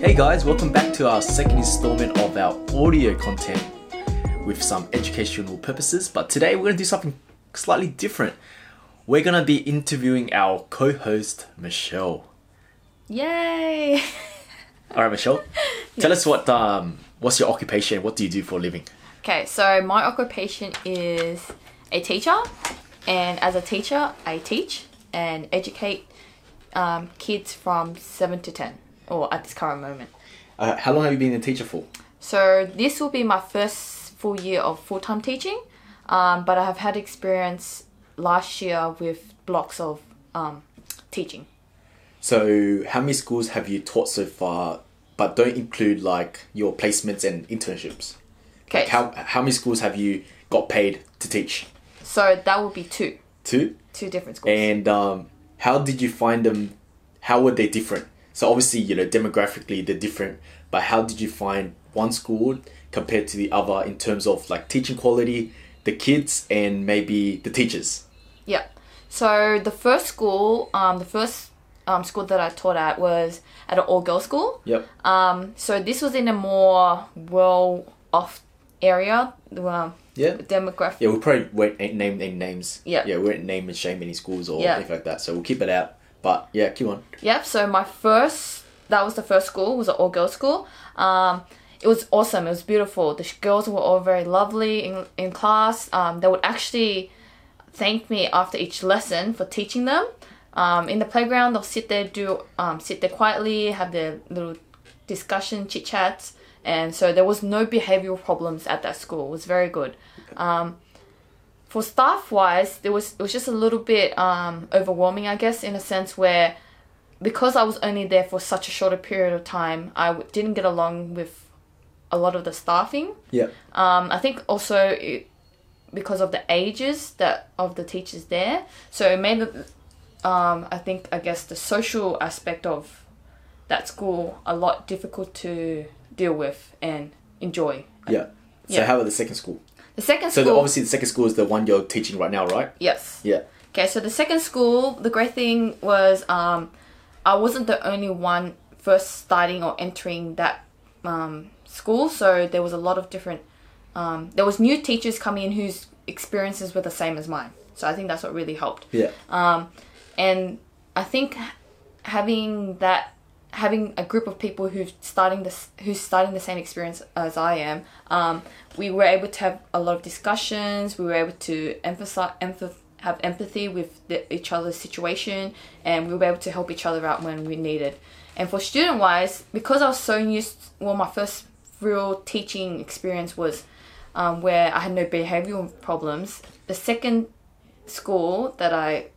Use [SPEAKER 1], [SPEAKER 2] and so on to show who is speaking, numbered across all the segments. [SPEAKER 1] Hey guys, welcome back to our second installment of our audio content with some educational purposes. But today we're going to do something slightly different. We're going to be interviewing our co host, Michelle.
[SPEAKER 2] Yay!
[SPEAKER 1] All right, Michelle, tell us what um, what's your occupation? What do you do for a living?
[SPEAKER 2] Okay, so my occupation is a teacher, and as a teacher, I teach and educate um, kids from 7 to 10, or at this current moment.
[SPEAKER 1] Uh, how long have you been a teacher for?
[SPEAKER 2] So, this will be my first full year of full time teaching, um, but I have had experience last year with blocks of um, teaching.
[SPEAKER 1] So, how many schools have you taught so far? But don't include like your placements and internships.
[SPEAKER 2] Okay,
[SPEAKER 1] Like how how many schools have you got paid to teach?
[SPEAKER 2] so that will be two,
[SPEAKER 1] Two.
[SPEAKER 2] two different schools.
[SPEAKER 1] and um, how did you find them? How were they different? So obviously, you know, demographically they're different, but how did you find one school compared to the other in terms of like teaching quality, the kids, and maybe the teachers?
[SPEAKER 2] Yeah. So the first school, um, the first um, school that I taught at was at an all-girl school.
[SPEAKER 1] Yep.
[SPEAKER 2] Um, so this was in a more well-off area, um,
[SPEAKER 1] yeah.
[SPEAKER 2] demographic.
[SPEAKER 1] Yeah, we probably won't a- name any names.
[SPEAKER 2] Yeah.
[SPEAKER 1] Yeah, we won't name and shame any schools or
[SPEAKER 2] Yeah.
[SPEAKER 1] anything like that. So we'll keep it out. But yeah, keep on.
[SPEAKER 2] Yep. So my first, that was the first school, was an all-girls school. Um, it was awesome. It was beautiful. The sh- girls were all very lovely in in class. Um, they would actually thank me after each lesson for teaching them. Um, in the playground, they'll sit there, do um, sit there quietly, have their little discussion, chit chats, and so there was no behavioral problems at that school. It was very good. Um, for staff wise, there was it was just a little bit um, overwhelming, I guess, in a sense where because I was only there for such a shorter period of time, I w- didn't get along with a lot of the staffing.
[SPEAKER 1] Yeah.
[SPEAKER 2] Um, I think also it, because of the ages that of the teachers there, so it made the- um, I think I guess the social aspect of that school a lot difficult to deal with and enjoy.
[SPEAKER 1] Yeah. So
[SPEAKER 2] Yeah.
[SPEAKER 1] how about the second school?
[SPEAKER 2] The second
[SPEAKER 1] So
[SPEAKER 2] school,
[SPEAKER 1] the, obviously the second school is the one you're teaching right now, right?
[SPEAKER 2] yes,
[SPEAKER 1] Yeah.
[SPEAKER 2] okay. So the second school, the great thing was um, I wasn't the only one first starting or entering that um, school, so there was a lot of different. Um, there was new teachers coming in whose experiences were the same as mine, so I think that's what really helped.
[SPEAKER 1] Yeah.
[SPEAKER 2] and I think having that having a group of people who's starting this who's starting the same experience as I am, um, we were able to have a lot of discussions. We were able to emphasize emph- have empathy with the, each other's situation, and we were able to help each other out when we needed. And for student wise, because I was so used, well, my first real teaching experience was um, where I had no behavioral problems. The second school that I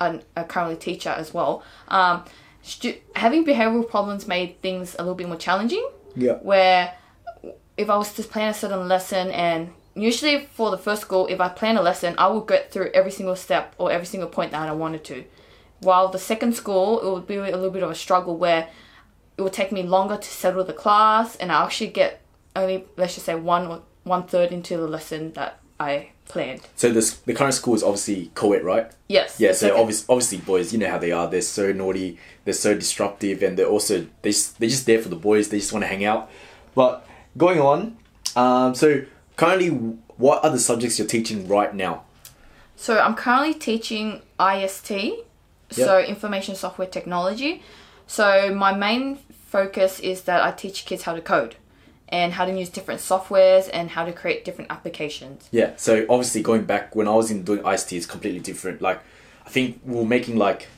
[SPEAKER 2] I I currently teach at as well. Um, stu- having behavioral problems made things a little bit more challenging.
[SPEAKER 1] Yeah.
[SPEAKER 2] Where if I was to plan a certain lesson, and usually for the first school, if I plan a lesson, I would get through every single step or every single point that I wanted to. While the second school, it would be a little bit of a struggle where it would take me longer to settle the class, and I actually get only let's just say one or one third into the lesson that I planned.
[SPEAKER 1] So this the current school is obviously co-ed, right?
[SPEAKER 2] Yes.
[SPEAKER 1] Yeah,
[SPEAKER 2] the
[SPEAKER 1] so
[SPEAKER 2] second-
[SPEAKER 1] obviously, obviously, boys, you know how they are. They're so naughty, they're so disruptive, and they're also they just, they're just there for the boys. They just want to hang out. But going on, um, so currently, what are the subjects you're teaching right now?
[SPEAKER 2] So I'm currently teaching IST, so information software technology. So my main focus is that I teach kids how to code and how to use different softwares and how to create different applications.
[SPEAKER 1] Yeah, so obviously, going back when I was in doing IST is completely different. Like, I think we were making like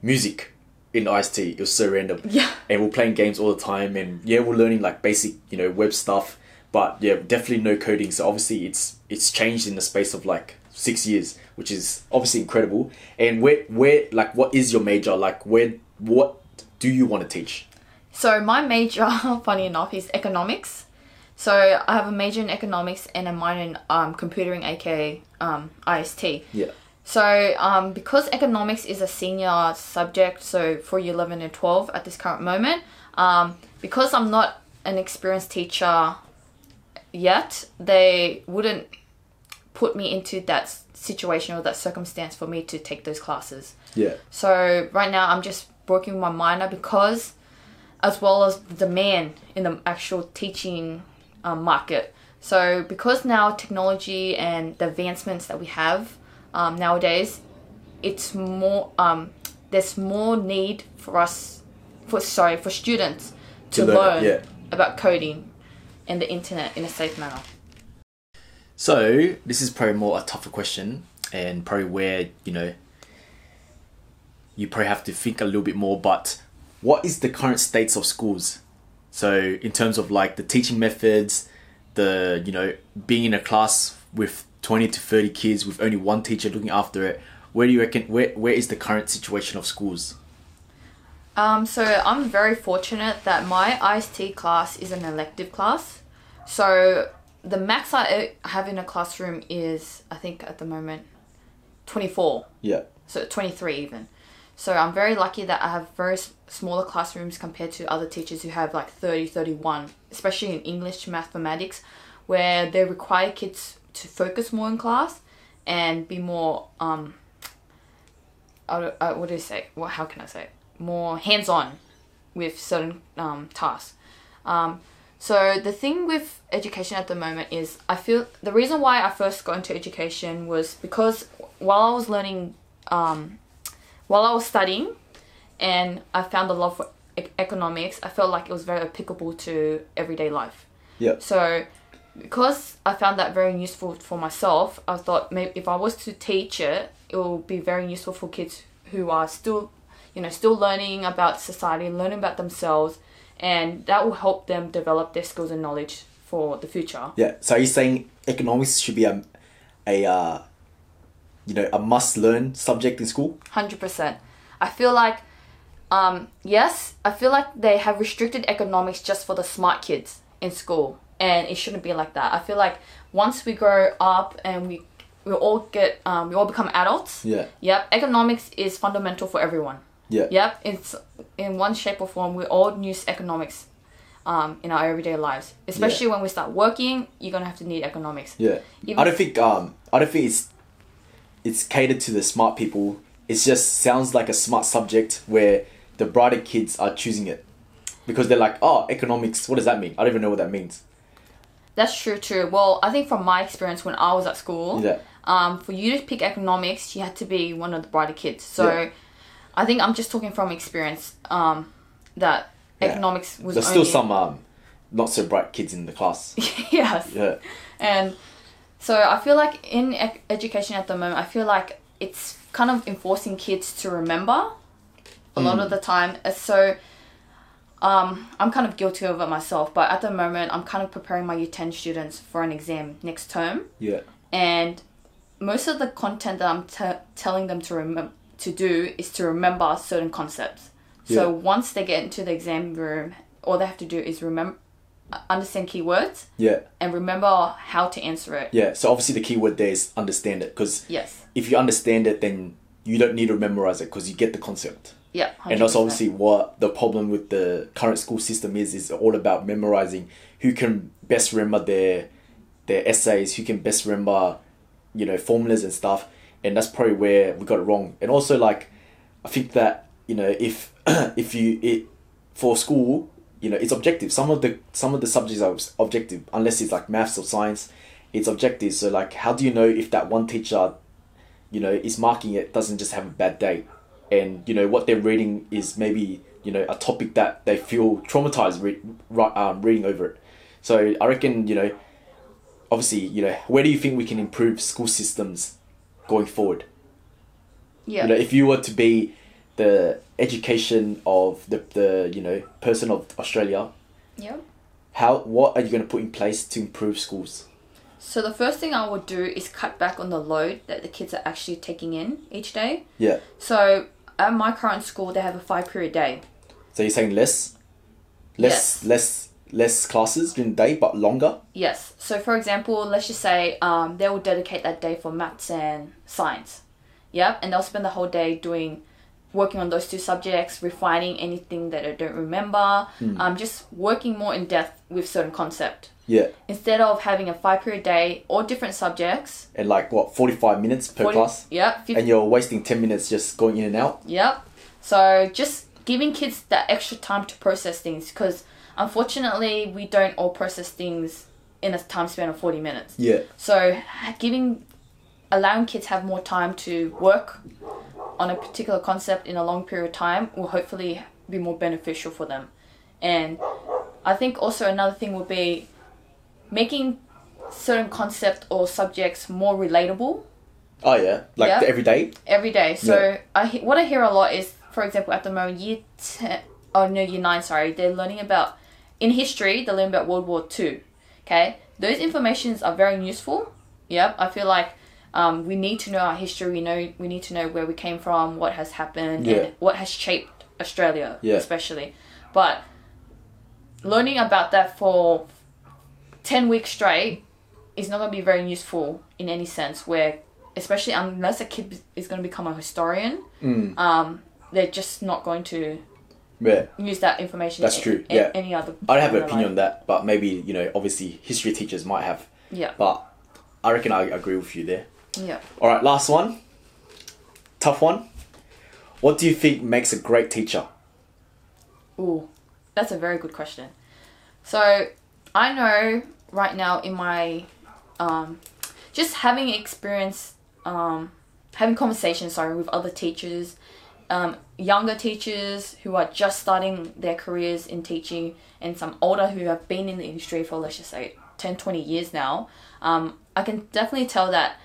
[SPEAKER 1] music in IST. It was so random.
[SPEAKER 2] Yeah.
[SPEAKER 1] and we we're playing games all the time, and yeah, we we're learning like basic, you know, web stuff. But yeah, definitely no coding. So obviously, it's it's changed in the space of like six years, which is obviously incredible. And where where like what is your major? Like where what do you want to teach?
[SPEAKER 2] So my major, funny enough, is economics. So I have a major in economics and a minor in um, computering, aka um, IST.
[SPEAKER 1] Yeah,
[SPEAKER 2] So, um, because economics is a senior subject, so for year 11 and 12 at this current moment, um, because I'm not an experienced teacher yet, they wouldn't put me into that s- situation or that circumstance for me to take those classes.
[SPEAKER 1] yeah,
[SPEAKER 2] So, right now I'm just working with my minor because as well as the demand in the actual teaching um, market. So because now technology and the advancements that we have um, nowadays, it's more um, there's more need for us for sorry for students
[SPEAKER 1] To
[SPEAKER 2] to,
[SPEAKER 1] learn it,
[SPEAKER 2] learn
[SPEAKER 1] yeah.
[SPEAKER 2] about coding and the internet in a safe manner.
[SPEAKER 1] So this is probably more a tougher question, and probably where you know you probably have to think a little bit more. But what is the current states of schools? So in terms of like the teaching methods, the you know being in a class with twenty to thirty kids with only one teacher looking after it, where do you reckon? Where where is the current situation of schools?
[SPEAKER 2] Um, so I'm very fortunate that my IST class is an elective class. So the max I have in a classroom is, I think at the moment, 24.
[SPEAKER 1] Yeah.
[SPEAKER 2] So 23 even. So I'm very lucky that I have very s- smaller classrooms compared to other teachers who have like 30, 31, especially in English, mathematics, where they require kids to focus more in class and be more, um, I don't- I- what do you say? Well, how can I say? it? More hands on with certain um, tasks. Um, so the thing with education at the moment is I feel the reason why I first got into education was because while I was learning, um, while I was studying, and I found a love for e- economics, I felt like it was very applicable to everyday life.
[SPEAKER 1] Yeah.
[SPEAKER 2] So because I found that very useful for myself, I thought maybe if I was to teach it, it will be very useful for kids who are still, you know, still learning about society, learning about themselves, and that will help them develop their skills and knowledge for the future.
[SPEAKER 1] Yeah. So are you saying economics should be a, a uh, you know, a must-learn subject in school?
[SPEAKER 2] Hundred percent. I feel like, um, yes, I feel like they have restricted economics just for the smart kids in school, and it shouldn't be like that. I feel like once we grow up and we we all get um, we all become adults.
[SPEAKER 1] Yeah.
[SPEAKER 2] Yep. Economics is fundamental for everyone.
[SPEAKER 1] Yeah.
[SPEAKER 2] Yep. It's in one shape or form. We all use economics. Um, in our everyday lives, especially when we start working, you're gonna have to need economics.
[SPEAKER 1] Yeah.
[SPEAKER 2] Even-
[SPEAKER 1] I don't think um I don't think it's it's catered to the smart people. It just sounds like a smart subject where the brighter kids are choosing it. Because they're like, oh, economics, what does that mean? I don't even know what that means.
[SPEAKER 2] That's true too. Well, I think from my experience when I was at school,
[SPEAKER 1] Yeah.
[SPEAKER 2] um, for you to pick economics, you had to be one of the brighter kids. So
[SPEAKER 1] Yeah.
[SPEAKER 2] I think I'm just talking from experience um, that
[SPEAKER 1] Yeah.
[SPEAKER 2] economics was
[SPEAKER 1] There's
[SPEAKER 2] only,
[SPEAKER 1] still some um not so bright kids in the class.
[SPEAKER 2] yes.
[SPEAKER 1] Yeah.
[SPEAKER 2] And so I feel like in ec- education at the moment, I feel like it's kind of enforcing kids to remember a lot
[SPEAKER 1] Mm.
[SPEAKER 2] of the time. Uh, So um, I'm kind of guilty of it myself, but at the moment, I'm kind of preparing my year 10 students for an exam next term.
[SPEAKER 1] Yeah.
[SPEAKER 2] and most of the content that I'm t- telling them to remember to do is to remember certain concepts.
[SPEAKER 1] Yeah.
[SPEAKER 2] So once they get into the exam room, all they have to do is remember, understand keywords,
[SPEAKER 1] Yeah.
[SPEAKER 2] and remember how to answer it.
[SPEAKER 1] Yeah. So obviously the key word there is understand it because
[SPEAKER 2] Yes.
[SPEAKER 1] if you understand it then you don't need to memorize it because you get the concept.
[SPEAKER 2] Yeah.
[SPEAKER 1] and that's
[SPEAKER 2] 100%.
[SPEAKER 1] obviously what the problem with the current school system is is all about memorizing who can best remember their their essays who can best remember you know formulas and stuff and that's probably where we got it wrong and also like i think that you know if if you it for school you know it's objective some of the some of the subjects are obs- objective unless it's like maths or science it's objective so like how do you know if that one teacher you know, is marking it doesn't just have a bad day. And, you know, what they're reading is maybe, you know, a topic that they feel traumatized re- ri um, reading over it. So I reckon, you know, obviously, you know, where do you think we can improve school systems going forward?
[SPEAKER 2] yeah.
[SPEAKER 1] You know, if you were to be the education of the, the you know, person of Australia,
[SPEAKER 2] yeah.
[SPEAKER 1] how, what are you going to put in place to improve schools?
[SPEAKER 2] So the first thing I would do is cut back on the load that the kids are actually taking in each day.
[SPEAKER 1] Yeah.
[SPEAKER 2] So at my current school, they have a five period day.
[SPEAKER 1] So you're saying less, less,
[SPEAKER 2] Yes.
[SPEAKER 1] less, less classes during the day, but longer?
[SPEAKER 2] Yes. So, for example, let's just say um, they will dedicate that day for maths and science. Yep. And they'll spend the whole day doing, working on those two subjects, refining anything that they don't remember,
[SPEAKER 1] Hmm.
[SPEAKER 2] um, just working more in depth with certain concept.
[SPEAKER 1] Yeah.
[SPEAKER 2] Instead of having a five period day, all different subjects.
[SPEAKER 1] and like what 45 minutes per
[SPEAKER 2] 40
[SPEAKER 1] class
[SPEAKER 2] Yep. 50,
[SPEAKER 1] and you're wasting 10 minutes just going in and out
[SPEAKER 2] Yep. So just giving kids that extra time to process things because unfortunately we don't all process things in a time span of 40 minutes
[SPEAKER 1] Yeah.
[SPEAKER 2] so ha- giving allowing kids have more time to work on a particular concept in a long period of time will hopefully be more beneficial for them and i think also another thing would be making certain concept or subjects more relatable
[SPEAKER 1] Oh yeah. Like
[SPEAKER 2] Yeah.
[SPEAKER 1] the everyday.
[SPEAKER 2] every day. So
[SPEAKER 1] Yeah.
[SPEAKER 2] I he- what I hear a lot is, for example, at the moment year ten, oh no, year nine, sorry, they're learning about in history. They learn about World War Two. Okay, those informations are very useful. Yep, I feel like um, we need to know our history. We know we need to know where we came from, what has happened,
[SPEAKER 1] Yeah.
[SPEAKER 2] and what has shaped Australia,
[SPEAKER 1] Yeah.
[SPEAKER 2] especially. But learning about that for ten weeks straight is not going to be very useful in any sense. Where especially unless a kid is going to become a historian,
[SPEAKER 1] Mm.
[SPEAKER 2] um, they're just not going to
[SPEAKER 1] Yeah.
[SPEAKER 2] use that information.
[SPEAKER 1] That's
[SPEAKER 2] in-
[SPEAKER 1] true,
[SPEAKER 2] in
[SPEAKER 1] yeah.
[SPEAKER 2] Any other?
[SPEAKER 1] I don't have an
[SPEAKER 2] other
[SPEAKER 1] opinion on
[SPEAKER 2] life.
[SPEAKER 1] that, but maybe you know, obviously, history teachers might have.
[SPEAKER 2] Yeah.
[SPEAKER 1] But I reckon I agree with you there.
[SPEAKER 2] Yeah.
[SPEAKER 1] All right, last one. Tough one. What do you think makes a great teacher?
[SPEAKER 2] Ooh, that's a very good question. So I know right now in my, um, just having experience, um, having conversations, sorry, with other teachers, um, younger teachers who are just starting their careers in teaching and some older who have been in the industry for, let's just say, 10, 20 years now, um, I can definitely tell that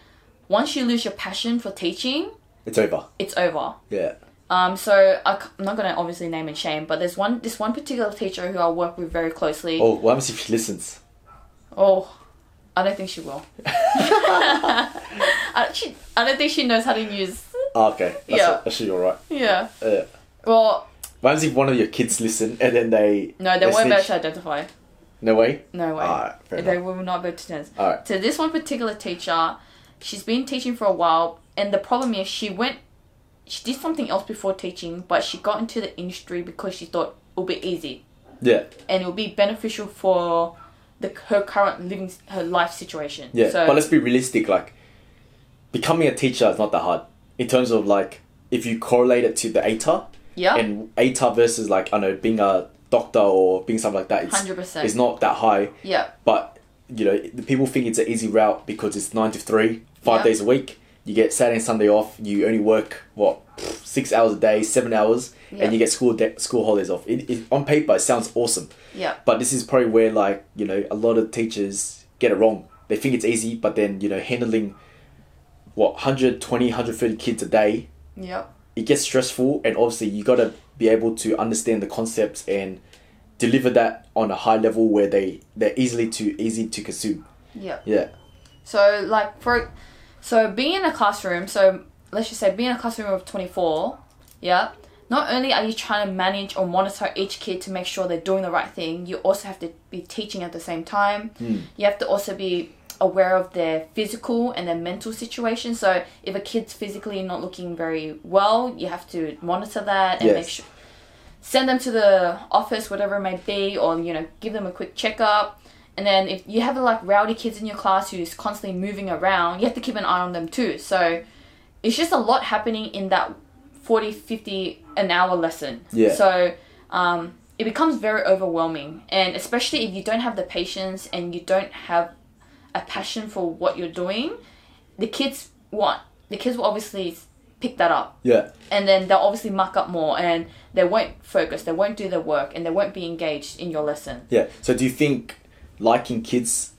[SPEAKER 2] once you lose your passion for teaching,
[SPEAKER 1] It's over.
[SPEAKER 2] it's over.
[SPEAKER 1] Yeah.
[SPEAKER 2] Um, so I c- I'm not gonna obviously name and shame, but there's one this one particular teacher who I work with very closely. Oh,
[SPEAKER 1] Oh, what happens if she listens?
[SPEAKER 2] I don't think she will. I, she, I don't think she knows how to use.
[SPEAKER 1] Ah, okay. That's
[SPEAKER 2] Yeah.
[SPEAKER 1] That's all right.
[SPEAKER 2] Yeah.
[SPEAKER 1] Yeah.
[SPEAKER 2] Well,
[SPEAKER 1] What happens if one of your kids listen and then they?
[SPEAKER 2] no, they won't be able
[SPEAKER 1] snitch?
[SPEAKER 2] to identify.
[SPEAKER 1] No way.
[SPEAKER 2] No way.
[SPEAKER 1] Alright, fair
[SPEAKER 2] they
[SPEAKER 1] enough.
[SPEAKER 2] will not be able to identify.
[SPEAKER 1] All right.
[SPEAKER 2] So this one particular teacher, she's been teaching for a while, and the problem is she went, she did something else before teaching, but she got into the industry because she thought it would be easy.
[SPEAKER 1] Yeah.
[SPEAKER 2] and it will be beneficial for the her current living her life situation.
[SPEAKER 1] Yeah.
[SPEAKER 2] So
[SPEAKER 1] but let's be realistic. Like, becoming a teacher is not that hard in terms of like if you correlate it to the ATAR
[SPEAKER 2] yeah,
[SPEAKER 1] and ATAR versus like I don't know being a doctor or being something like that. It's,
[SPEAKER 2] 100%.
[SPEAKER 1] It's not that high.
[SPEAKER 2] yeah,
[SPEAKER 1] But you know, the people think it's an easy route because it's nine to three, five
[SPEAKER 2] Yeah.
[SPEAKER 1] days a week. You get Saturday and Sunday off. You only work what six hours a day, seven hours,
[SPEAKER 2] Yeah.
[SPEAKER 1] and you get school de- school holidays off. It, it, on paper, it sounds awesome,
[SPEAKER 2] yeah,
[SPEAKER 1] but this is probably where like you know a lot of teachers get it wrong. They think it's easy, but then you know handling what 120, 130 kids a day
[SPEAKER 2] yeah,
[SPEAKER 1] it gets stressful and obviously you got to be able to understand the concepts and deliver that on a high level where they they're easily to easy to consume
[SPEAKER 2] yeah.
[SPEAKER 1] yeah
[SPEAKER 2] So like for, so being in a classroom, so let's just say being in a classroom of twenty four, yeah. Not only are you trying to manage or monitor each kid to make sure they're doing the right thing, you also have to be teaching at the same time.
[SPEAKER 1] Hmm.
[SPEAKER 2] You have to also be aware of their physical and their mental situation. So if a kid's physically not looking very well, you have to monitor that and make
[SPEAKER 1] Yes.
[SPEAKER 2] sure send them to the office, whatever it may be, or you know, give them a quick checkup. And then if you have like rowdy kids in your class who's constantly moving around, you have to keep an eye on them too. So it's just a lot happening in that 40, 50 an hour lesson.
[SPEAKER 1] Yeah.
[SPEAKER 2] So um, it becomes very overwhelming. And especially if you don't have the patience and you don't have a passion for what you're doing, the kids want, the kids will obviously pick that up
[SPEAKER 1] yeah
[SPEAKER 2] and then they'll obviously muck up more and they won't focus they won't do their work and they won't be engaged in your lesson
[SPEAKER 1] yeah so do you think liking kids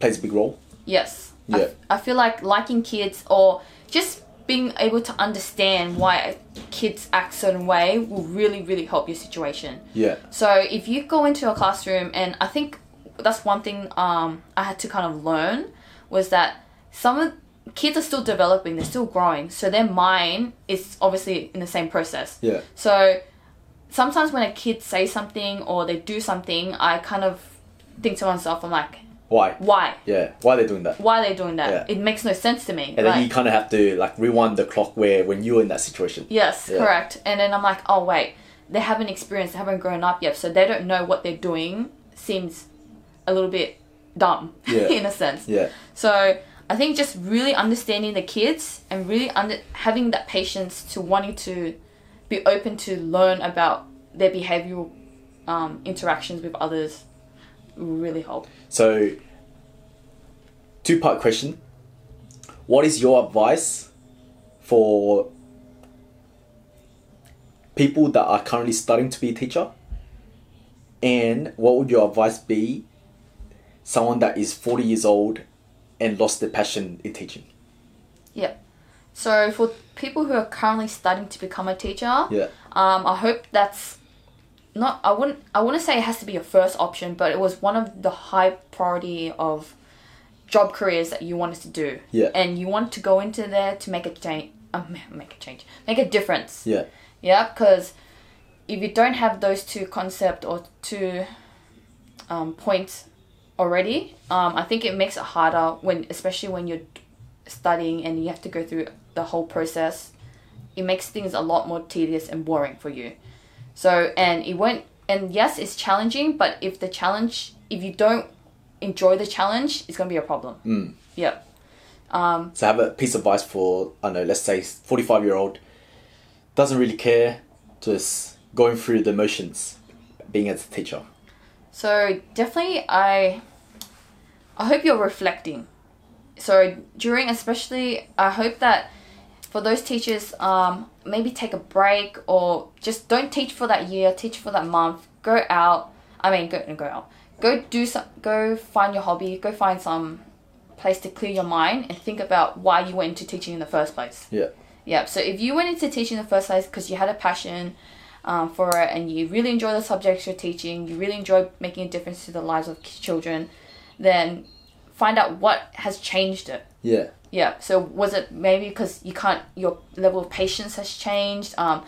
[SPEAKER 1] plays a big role
[SPEAKER 2] yes I,
[SPEAKER 1] Yeah.
[SPEAKER 2] I feel like liking kids or just being able to understand why kids act certain way will really really help your situation
[SPEAKER 1] yeah
[SPEAKER 2] So if you go into a classroom, and I think that's one thing um, I had to kind of learn was that some of kids are still developing, they're still growing, so their mind is obviously in the same process.
[SPEAKER 1] Yeah.
[SPEAKER 2] So sometimes when a kid says something or they do something, I kind of think to myself, I'm like,
[SPEAKER 1] why
[SPEAKER 2] why?
[SPEAKER 1] yeah why are they doing that
[SPEAKER 2] Why are they doing that?
[SPEAKER 1] Yeah.
[SPEAKER 2] It makes no sense to me.
[SPEAKER 1] and then
[SPEAKER 2] Like-
[SPEAKER 1] you kind of have to like rewind the clock where when you were in that situation
[SPEAKER 2] Yes,
[SPEAKER 1] Yeah.
[SPEAKER 2] correct. And then I'm like, oh wait, they haven't experienced, they haven't grown up yet, so they don't know what they're doing. Seems a little bit dumb
[SPEAKER 1] Yeah.
[SPEAKER 2] in a sense.
[SPEAKER 1] yeah
[SPEAKER 2] So I think just really understanding the kids and really under- having that patience to wanting to be open to learn about their behavioral um, interactions with others will really help.
[SPEAKER 1] So, two part question. What is your advice for people that are currently starting to be a teacher? And what would your advice be someone that is 40 years old and lost their passion in teaching?
[SPEAKER 2] Yep. So for people who are currently starting to become a teacher,
[SPEAKER 1] Yeah.
[SPEAKER 2] um, I hope that's not. I wouldn't. I wouldn't say it has to be your first option, but it was one of the high priority of job careers that you wanted to do.
[SPEAKER 1] Yeah.
[SPEAKER 2] And you wanted to go into there to make a change. Um, make a change. Make a difference.
[SPEAKER 1] Yeah.
[SPEAKER 2] Yeah, because if you don't have those two concept or two um, points already, um, I think it makes it harder when, especially when you're studying and you have to go through the whole process. It makes things a lot more tedious and boring for you. So and it won't. And yes, it's challenging, but if the challenge, if you don't enjoy the challenge, it's gonna be a problem. Mm. Yep.
[SPEAKER 1] So have a piece of advice for I don't know, let's say forty five year old doesn't really care, just going through the motions, being as a teacher.
[SPEAKER 2] So definitely, I I hope you're reflecting. So during, especially, I hope that for those teachers, um, maybe take a break or just don't teach for that year. Teach for that month. Go out. I mean, go go out. Go do some. Go find your hobby. Go find some place to clear your mind and think about why you went into teaching in the first place.
[SPEAKER 1] Yeah.
[SPEAKER 2] Yeah. So if you went into teaching in the first place because you had a passion um, for it and you really enjoy the subjects you're teaching, you really enjoy making a difference to the lives of k- children, then find out what has changed it.
[SPEAKER 1] Yeah.
[SPEAKER 2] Yeah. So was it maybe because you can't your level of patience has changed? Um,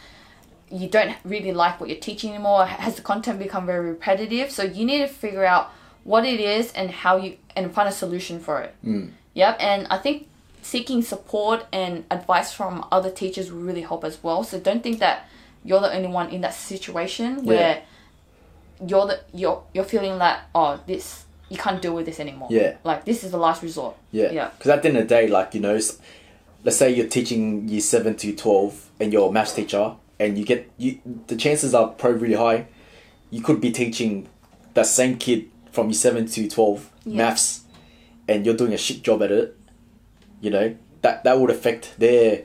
[SPEAKER 2] you don't really like what you're teaching anymore. Has the content become very repetitive? So you need to figure out what it is and how you and find a solution for it.
[SPEAKER 1] Hmm.
[SPEAKER 2] Mm. Yep. And I think seeking support and advice from other teachers will really help as well. So don't think that you're the only one in that situation where you're the you're you're feeling that oh this you can't deal with this anymore.
[SPEAKER 1] Yeah.
[SPEAKER 2] Like this is the last resort.
[SPEAKER 1] Yeah.
[SPEAKER 2] Yeah.
[SPEAKER 1] Because at the end of the day, like, you know, s- let's say you're teaching year 7 to 12 and you're a maths teacher and you get, you the chances are probably really high you could be teaching that same kid from year 7 to 12 maths and you're doing a shit job at it, you know, that, that would affect their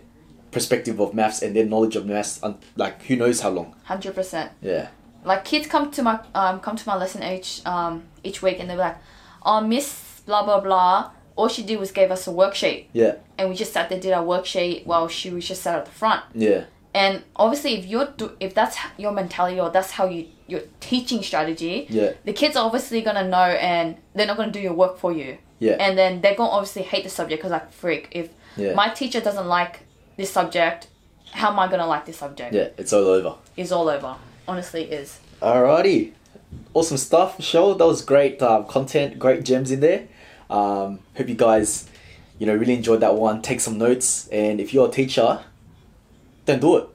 [SPEAKER 1] perspective of maths and their knowledge of maths, un- like, who knows how long.
[SPEAKER 2] Hundred percent.
[SPEAKER 1] Yeah.
[SPEAKER 2] Like kids come to my um come to my lesson each um each week and they're like, oh Miss blah blah blah. All she did was gave us a worksheet
[SPEAKER 1] Yeah.
[SPEAKER 2] and we just sat there did our worksheet while she was just sat at the front.
[SPEAKER 1] Yeah.
[SPEAKER 2] And obviously, if you're do- if that's h- your mentality or that's how you your teaching strategy,
[SPEAKER 1] Yeah.
[SPEAKER 2] the kids are obviously gonna know and they're not gonna do your work for you.
[SPEAKER 1] Yeah.
[SPEAKER 2] And then they're gonna obviously hate the subject because like freak, if
[SPEAKER 1] Yeah.
[SPEAKER 2] my teacher doesn't like this subject, how am I gonna like this subject?
[SPEAKER 1] yeah. It's all over.
[SPEAKER 2] Is all over. Honestly, it is.
[SPEAKER 1] Alrighty. Awesome stuff, Michelle. That was great um, content, great gems in there. Um, hope you guys, you know, really enjoyed that one. Take some notes, and if you're a teacher, then do it.